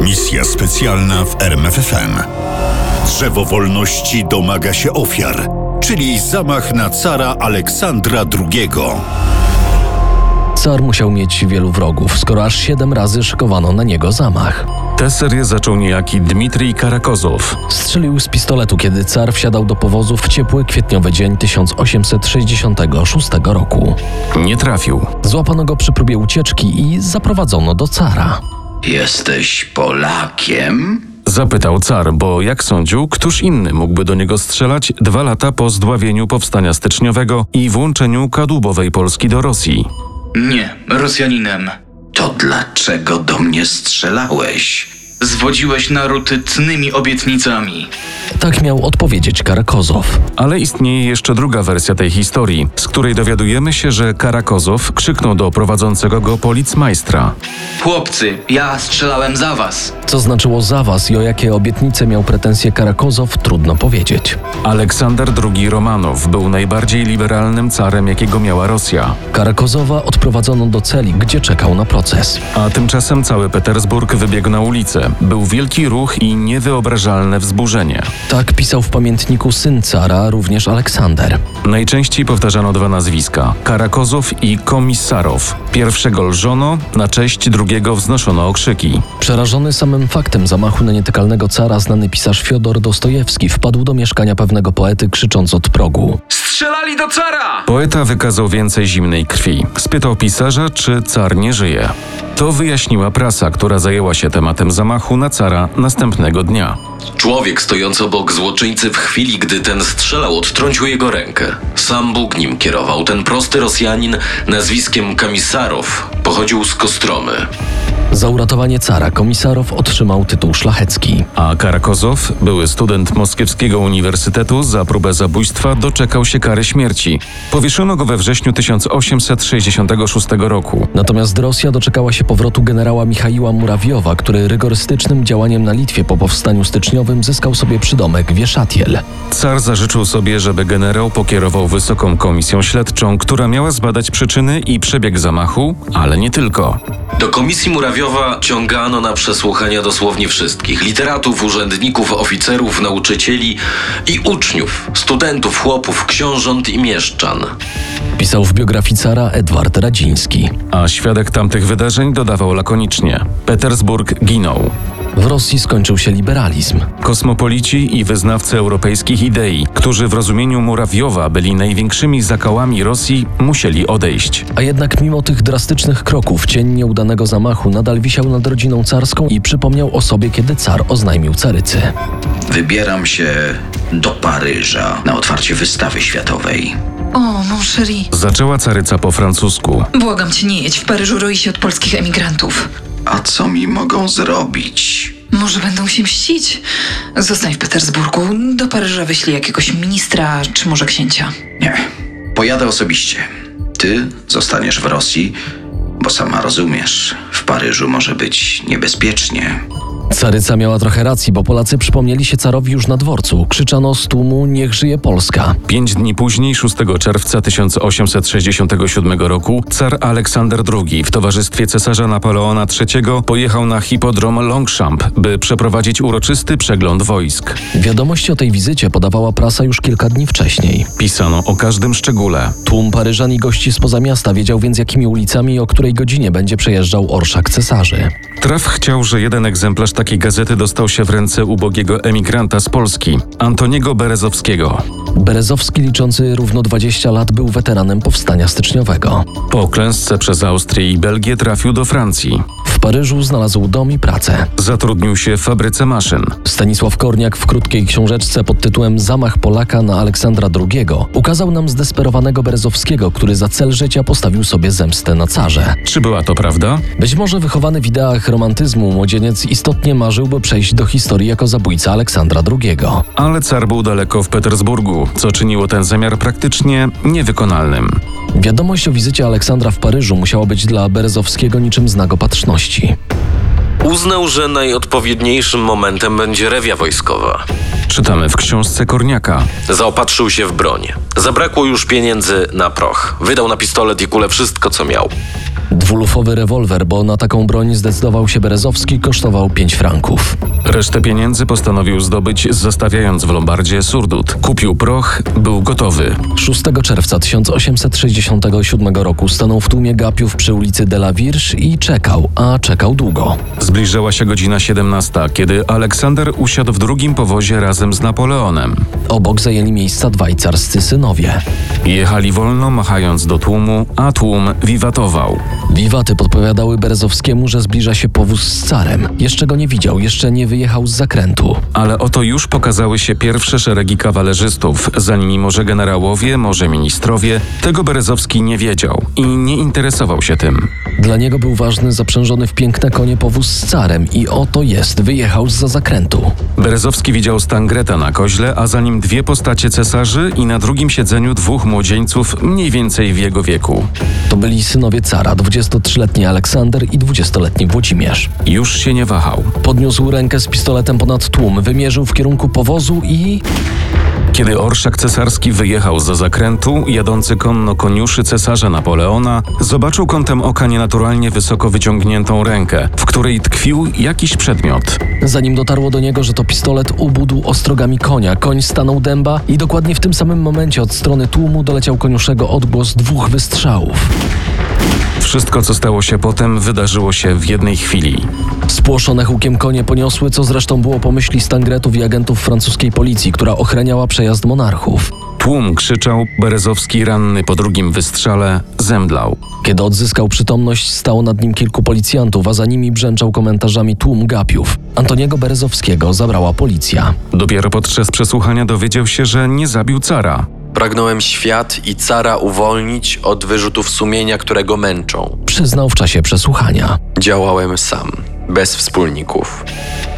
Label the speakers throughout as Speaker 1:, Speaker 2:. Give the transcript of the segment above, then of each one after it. Speaker 1: Misja specjalna w RMFFM. Drzewo Wolności domaga się ofiar, czyli zamach na cara Aleksandra II.
Speaker 2: Car musiał mieć wielu wrogów, skoro aż siedem razy szykowano na niego zamach.
Speaker 3: Tę serię zaczął niejaki Dmitrij Karakozow.
Speaker 2: Strzelił z pistoletu, kiedy car wsiadał do powozu w ciepły kwietniowy dzień 1866 roku.
Speaker 3: Nie trafił.
Speaker 2: Złapano go przy próbie ucieczki i zaprowadzono do cara.
Speaker 4: Jesteś Polakiem?
Speaker 3: Zapytał car, bo jak sądził, któż inny mógłby do niego strzelać dwa lata po zdławieniu powstania styczniowego i włączeniu kadłubowej Polski do Rosji.
Speaker 5: Nie, Rosjaninem.
Speaker 4: To dlaczego do mnie strzelałeś?
Speaker 5: Zwodziłeś naród cnymi obietnicami.
Speaker 2: Tak miał odpowiedzieć Karakozow.
Speaker 3: Ale istnieje jeszcze druga wersja tej historii, z której dowiadujemy się, że Karakozow krzyknął do prowadzącego go policmajstra.
Speaker 5: Chłopcy, ja strzelałem za was.
Speaker 2: Co znaczyło za was i o jakie obietnice miał pretensje Karakozow, trudno powiedzieć.
Speaker 3: Aleksander II Romanow był najbardziej liberalnym carem, jakiego miała Rosja.
Speaker 2: Karakozowa odprowadzono do celi, gdzie czekał na proces.
Speaker 3: A tymczasem cały Petersburg wybiegł na ulicę. Był wielki ruch i niewyobrażalne wzburzenie.
Speaker 2: Tak pisał w pamiętniku syn cara, również Aleksander.
Speaker 3: Najczęściej powtarzano dwa nazwiska: Karakozow i Komisarow. Pierwszego lżono, na cześć drugiego wznoszono okrzyki.
Speaker 2: Przerażony samym faktem zamachu na nietykalnego cara, znany pisarz Fiodor Dostojewski wpadł do mieszkania pewnego poety, krzycząc od progu.
Speaker 5: Strzelali do cara!
Speaker 3: Poeta wykazał więcej zimnej krwi. Spytał pisarza, czy car nie żyje. To wyjaśniła prasa, która zajęła się tematem zamachu na cara następnego dnia.
Speaker 6: Człowiek stojący obok złoczyńcy w chwili, gdy ten strzelał, odtrącił jego rękę. Sam Bóg nim kierował. Ten prosty Rosjanin nazwiskiem Kamisarow pochodził z Kostromy.
Speaker 2: Za uratowanie cara komisarow otrzymał tytuł szlachecki.
Speaker 3: A Karakozow, były student Moskiewskiego Uniwersytetu, za próbę zabójstwa doczekał się kary śmierci. Powieszono go we wrześniu 1866 roku.
Speaker 2: Natomiast Rosja doczekała się powrotu generała Michaiła Murawiowa, który rygorystycznym działaniem na Litwie po powstaniu styczniowym zyskał sobie przydomek Wieszatiel.
Speaker 3: Car zażyczył sobie, żeby generał pokierował wysoką komisją śledczą, która miała zbadać przyczyny i przebieg zamachu, ale nie tylko.
Speaker 6: Do komisji Murawiowa ciągano na przesłuchania dosłownie wszystkich: literatów, urzędników, oficerów, nauczycieli i uczniów, studentów, chłopów, książąt i mieszczan.
Speaker 2: Pisał w biografii cara Edward Radziński.
Speaker 3: A świadek tamtych wydarzeń dodawał lakonicznie: Petersburg ginął.
Speaker 2: W Rosji skończył się liberalizm.
Speaker 3: Kosmopolici i wyznawcy europejskich idei, którzy w rozumieniu Murawiowa byli największymi zakałami Rosji, musieli odejść.
Speaker 2: A jednak mimo tych drastycznych kroków cień nieudanego zamachu nadal wisiał nad rodziną carską i przypomniał o sobie, kiedy car oznajmił carycy.
Speaker 4: Wybieram się do Paryża na otwarcie wystawy światowej.
Speaker 7: O, mon chéri,
Speaker 3: Zaczęła caryca po francusku.
Speaker 7: błagam cię nie jedź. W Paryżu roi się od polskich emigrantów.
Speaker 4: A co mi mogą zrobić?
Speaker 7: Może będą się mścić? Zostań w Petersburgu. Do Paryża wyślij jakiegoś ministra czy może księcia.
Speaker 4: Nie, pojadę osobiście. Ty zostaniesz w Rosji, bo sama rozumiesz, w Paryżu może być niebezpiecznie.
Speaker 2: Caryca miała trochę racji, bo Polacy przypomnieli się carowi już na dworcu. Krzyczano z tłumu Niech żyje Polska.
Speaker 3: Pięć dni później, 6 czerwca 1867 roku, car Aleksander II w towarzystwie cesarza Napoleona III pojechał na hipodrom Longchamp, by przeprowadzić uroczysty przegląd wojsk.
Speaker 2: Wiadomości o tej wizycie podawała prasa już kilka dni wcześniej.
Speaker 3: Pisano o każdym szczególe.
Speaker 2: Tłum Paryżan i gości spoza miasta wiedział więc, jakimi ulicami i o której godzinie będzie przejeżdżał orszak cesarzy.
Speaker 3: Traf chciał, że jeden egzemplarz takiej gazety dostał się w ręce ubogiego emigranta z Polski, Antoniego Berezowskiego.
Speaker 2: Berezowski, liczący równo 20 lat, był weteranem powstania styczniowego.
Speaker 3: Po klęsce przez Austrię i Belgię trafił do Francji.
Speaker 2: W Paryżu znalazł dom i pracę.
Speaker 3: Zatrudnił się w fabryce maszyn.
Speaker 2: Stanisław Korniak w krótkiej książeczce pod tytułem Zamach Polaka na Aleksandra II ukazał nam zdesperowanego Berezowskiego, który za cel życia postawił sobie zemstę na carze.
Speaker 3: Czy była to prawda?
Speaker 2: Być może wychowany w ideach romantyzmu młodzieniec istotnie marzyłby przejść do historii jako zabójca Aleksandra II.
Speaker 3: Ale car był daleko w Petersburgu, co czyniło ten zamiar praktycznie niewykonalnym.
Speaker 2: Wiadomość o wizycie Aleksandra w Paryżu musiała być dla Berezowskiego niczym znak opatrzności.
Speaker 6: Uznał, że najodpowiedniejszym momentem będzie rewia wojskowa.
Speaker 3: Czytamy w książce Korniaka.
Speaker 6: Zaopatrzył się w broń. Zabrakło już pieniędzy na proch. Wydał na pistolet i kulę wszystko, co miał.
Speaker 2: dwulufowy rewolwer, bo na taką broń zdecydował się Berezowski, kosztował 5 franków.
Speaker 3: Resztę pieniędzy postanowił zdobyć, zostawiając w Lombardzie surdut. Kupił proch, był gotowy.
Speaker 2: 6 czerwca 1867 roku stanął w tłumie gapiów przy ulicy de la Virche i czekał, a czekał długo.
Speaker 3: Zbliżała się godzina 17, kiedy Aleksander usiadł w drugim powozie razem z Napoleonem.
Speaker 2: Obok zajęli miejsca dwaj carscy synowie.
Speaker 3: Jechali wolno, machając do tłumu, a tłum wiwatował.
Speaker 2: Wiwaty podpowiadały Berezowskiemu, że zbliża się powóz z carem. Jeszcze go nie widział, jeszcze nie wyjechał z zakrętu.
Speaker 3: Ale oto już pokazały się pierwsze szeregi kawalerzystów, za nimi może generałowie, może ministrowie. Tego Berezowski nie wiedział i nie interesował się tym.
Speaker 2: Dla niego był ważny zaprzężony w piękne konie powóz z carem i oto jest, wyjechał za zakrętu.
Speaker 3: Berezowski widział stan Greta na koźle, a za nim dwie postacie cesarzy i na drugim siedzeniu dwóch młodzieńców mniej więcej w jego wieku.
Speaker 2: To byli synowie cara, 23-letni Aleksander i 20-letni Włodzimierz.
Speaker 3: Już się nie wahał.
Speaker 2: Podniósł rękę z pistoletem ponad tłum, wymierzył w kierunku powozu i...
Speaker 3: Kiedy orszak cesarski wyjechał za zakrętu, jadący konno koniuszy cesarza Napoleona zobaczył kątem oka nienaturalnie wysoko wyciągniętą rękę, w której tkwił jakiś przedmiot.
Speaker 2: Zanim dotarło do niego, że to pistolet, ubudł ostrogami konia. Koń stanął dęba i dokładnie w tym samym momencie od strony tłumu doleciał koniuszego odgłos dwóch wystrzałów.
Speaker 3: Wszystko, co stało się potem, wydarzyło się w jednej chwili.
Speaker 2: Spłoszone hukiem konie poniosły, co zresztą było po myśli stangretów i agentów francuskiej policji, która ochraniała przejazd monarchów.
Speaker 3: Tłum krzyczał, Berezowski ranny po drugim wystrzale zemdlał.
Speaker 2: Kiedy odzyskał przytomność, stało nad nim kilku policjantów, a za nimi brzęczał komentarzami tłum gapiów. Antoniego Berezowskiego zabrała policja.
Speaker 3: Dopiero podczas przesłuchania dowiedział się, że nie zabił cara.
Speaker 6: Pragnąłem świat i cara uwolnić od wyrzutów sumienia, które go męczą.
Speaker 2: Przyznał w czasie przesłuchania.
Speaker 6: Działałem sam, bez wspólników.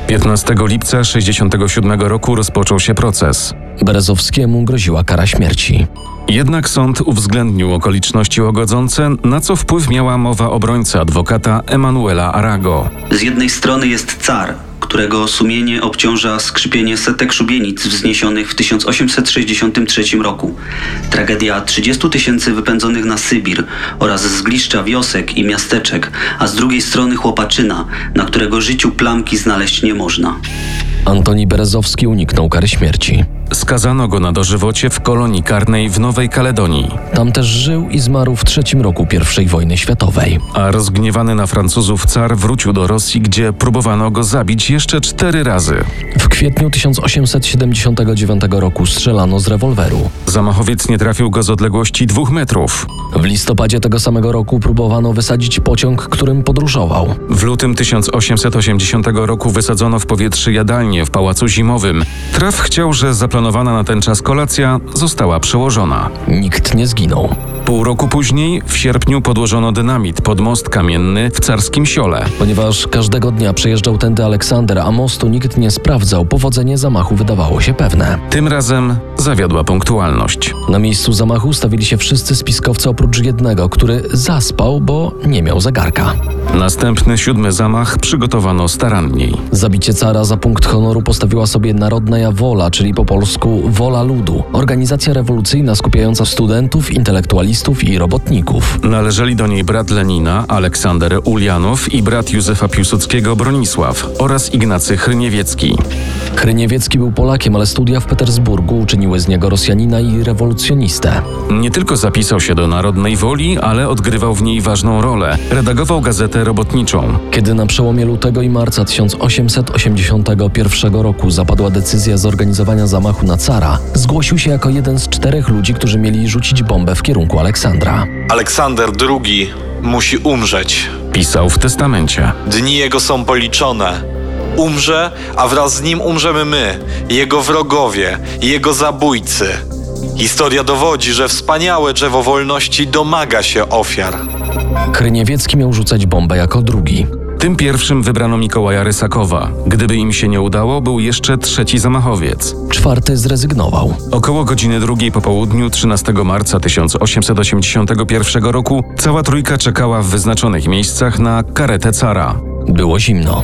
Speaker 3: 15 lipca 1967 roku rozpoczął się proces.
Speaker 2: Berezowskiemu groziła kara śmierci.
Speaker 3: Jednak sąd uwzględnił okoliczności łagodzące, na co wpływ miała mowa obrońcy adwokata Emanuela Arago.
Speaker 8: Z jednej strony jest car, którego sumienie obciąża skrzypienie setek szubienic wzniesionych w 1863 roku. Tragedia 30 tysięcy wypędzonych na Sybir oraz zgliszcza wiosek i miasteczek, a z drugiej strony chłopaczyna, na którego życiu plamki znaleźć nie można.
Speaker 2: Antoni Berezowski uniknął kary śmierci.
Speaker 3: Skazano go na dożywocie w kolonii karnej w Nowej Kaledonii,
Speaker 2: Tam też żył i zmarł w trzecim roku I wojny światowej.
Speaker 3: a rozgniewany na Francuzów car wrócił do Rosji, gdzie próbowano go zabić jeszcze cztery razy.
Speaker 2: W kwietniu 1879 roku strzelano z rewolweru.
Speaker 3: Zamachowiec nie trafił go z odległości dwóch metrów.
Speaker 2: W listopadzie tego samego roku próbowano wysadzić pociąg, którym podróżował.
Speaker 3: W lutym 1880 roku wysadzono w powietrze jadalnię w Pałacu Zimowym. Traf chciał, że zaplanowana na ten czas kolacja została przełożona.
Speaker 2: Nikt nie zginął.
Speaker 3: Pół roku później, w sierpniu, podłożono dynamit pod most kamienny w Carskim Siole.
Speaker 2: Ponieważ każdego dnia przejeżdżał tędy Aleksander, a mostu nikt nie sprawdzał, powodzenie zamachu wydawało się pewne.
Speaker 3: Tym razem zawiodła punktualność.
Speaker 2: Na miejscu zamachu stawili się wszyscy spiskowcy oprócz jednego, który zaspał, bo nie miał zegarka.
Speaker 3: Następny siódmy zamach przygotowano staranniej.
Speaker 2: Zabicie cara za punkt honoru postawiła sobie Narodnaja Wola, czyli po polsku Wola Ludu, organizacja rewolucyjna skupiająca studentów, intelektualistów i robotników.
Speaker 3: Należeli do niej brat Lenina, Aleksander Ulianow i brat Józefa Piłsudskiego Bronisław oraz Ignacy Hryniewiecki.
Speaker 2: Hryniewiecki był Polakiem, ale studia w Petersburgu uczyniły z niego Rosjanina i rewolucjonistę.
Speaker 3: Nie tylko zapisał się do Narodnej Woli, ale odgrywał w niej ważną rolę. Redagował gazetę robotniczą.
Speaker 2: Kiedy na przełomie lutego i marca 1881 roku zapadła decyzja zorganizowania zamachu na cara, zgłosił się jako jeden z czterech ludzi, którzy mieli rzucić bombę w kierunku Aleksandra.
Speaker 9: Aleksander II musi umrzeć.
Speaker 3: Pisał w testamencie.
Speaker 9: Dni jego są policzone. Umrze, a wraz z nim umrzemy my, jego wrogowie, jego zabójcy. Historia dowodzi, że wspaniałe drzewo wolności domaga się ofiar.
Speaker 2: Hryniewiecki miał rzucać bombę jako drugi.
Speaker 3: Tym pierwszym wybrano Mikołaja Rysakowa. Gdyby im się nie udało, był jeszcze trzeci zamachowiec.
Speaker 2: Czwarty zrezygnował.
Speaker 3: Około godziny drugiej po południu 13 marca 1881 roku cała trójka czekała w wyznaczonych miejscach na karetę cara.
Speaker 2: Było zimno.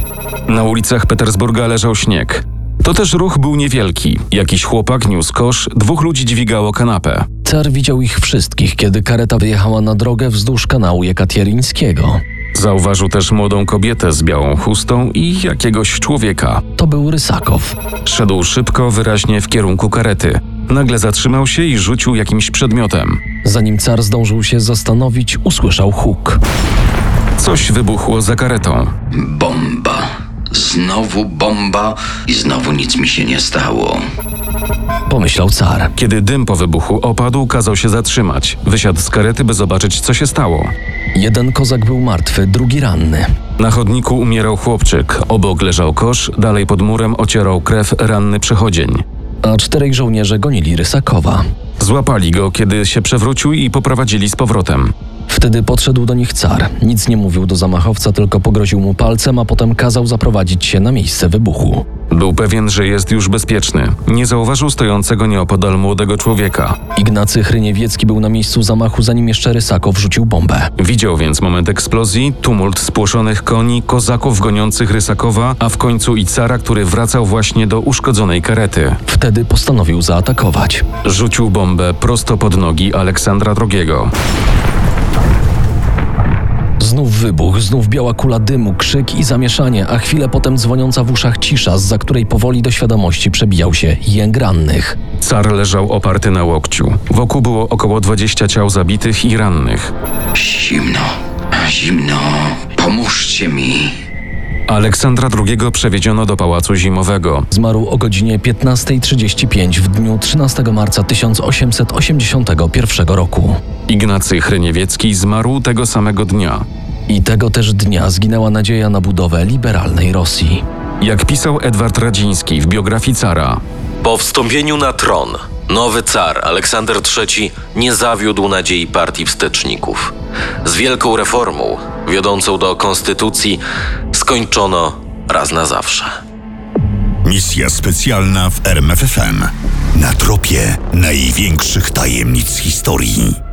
Speaker 3: Na ulicach Petersburga leżał śnieg. To też ruch był niewielki. Jakiś chłopak niósł kosz, dwóch ludzi dźwigało kanapę.
Speaker 2: Car widział ich wszystkich, kiedy kareta wyjechała na drogę wzdłuż kanału Jekaterińskiego.
Speaker 3: Zauważył też młodą kobietę z białą chustą i jakiegoś człowieka.
Speaker 2: To był Rysakow.
Speaker 3: Szedł szybko, wyraźnie w kierunku karety. Nagle zatrzymał się i rzucił jakimś przedmiotem.
Speaker 2: Zanim car zdążył się zastanowić, usłyszał huk.
Speaker 3: Coś wybuchło za karetą.
Speaker 4: Bomba. Znowu bomba i znowu nic mi się nie stało.
Speaker 2: Pomyślał car.
Speaker 3: Kiedy dym po wybuchu opadł, kazał się zatrzymać. Wysiadł z karety, by zobaczyć, co się stało.
Speaker 2: Jeden kozak był martwy, drugi ranny.
Speaker 3: Na chodniku umierał chłopczyk. Obok leżał kosz, dalej pod murem ocierał krew ranny przechodzień.
Speaker 2: A czterej żołnierze gonili Rysakowa.
Speaker 3: Złapali go, kiedy się przewrócił i poprowadzili z powrotem.
Speaker 2: Wtedy podszedł do nich car. Nic nie mówił do zamachowca, tylko pogroził mu palcem, a potem kazał zaprowadzić się na miejsce wybuchu.
Speaker 3: Był pewien, że jest już bezpieczny. Nie zauważył stojącego nieopodal młodego człowieka.
Speaker 2: Ignacy Hryniewiecki był na miejscu zamachu, zanim jeszcze Rysakow rzucił bombę.
Speaker 3: Widział więc moment eksplozji, tumult spłoszonych koni, kozaków goniących Rysakowa, a w końcu i cara, który wracał właśnie do uszkodzonej karety.
Speaker 2: Wtedy postanowił zaatakować.
Speaker 3: Rzucił bombę prosto pod nogi Aleksandra II.
Speaker 2: Znów wybuch, znów biała kula dymu, krzyk i zamieszanie, a chwilę potem dzwoniąca w uszach cisza, za której powoli do świadomości przebijał się jęk rannych.
Speaker 3: Car leżał oparty na łokciu. Wokół było około 20 ciał zabitych i rannych.
Speaker 4: Zimno, zimno. Pomóżcie mi.
Speaker 3: Aleksandra II przewiedziono do pałacu zimowego.
Speaker 2: Zmarł o godzinie 15.35 w dniu 13 marca 1881 roku.
Speaker 3: Ignacy Hryniewiecki zmarł tego samego dnia.
Speaker 2: I tego też dnia zginęła nadzieja na budowę liberalnej Rosji.
Speaker 3: Jak pisał Edward Radziński w biografii cara,
Speaker 6: Po wstąpieniu na tron nowy car Aleksander III nie zawiódł nadziei partii wsteczników. Z wielką reformą wiodącą do konstytucji skończono raz na zawsze.
Speaker 1: Misja specjalna w RMFFM. Na tropie największych tajemnic historii.